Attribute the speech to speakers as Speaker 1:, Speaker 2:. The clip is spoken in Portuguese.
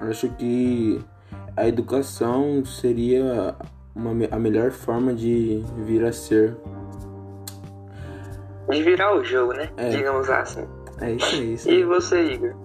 Speaker 1: Acho que a educação seria uma me- a melhor forma de vir a ser.
Speaker 2: De virar o jogo, né?
Speaker 1: É.
Speaker 2: Digamos assim.
Speaker 1: É isso aí.
Speaker 2: E
Speaker 1: sabe?
Speaker 2: você, Igor?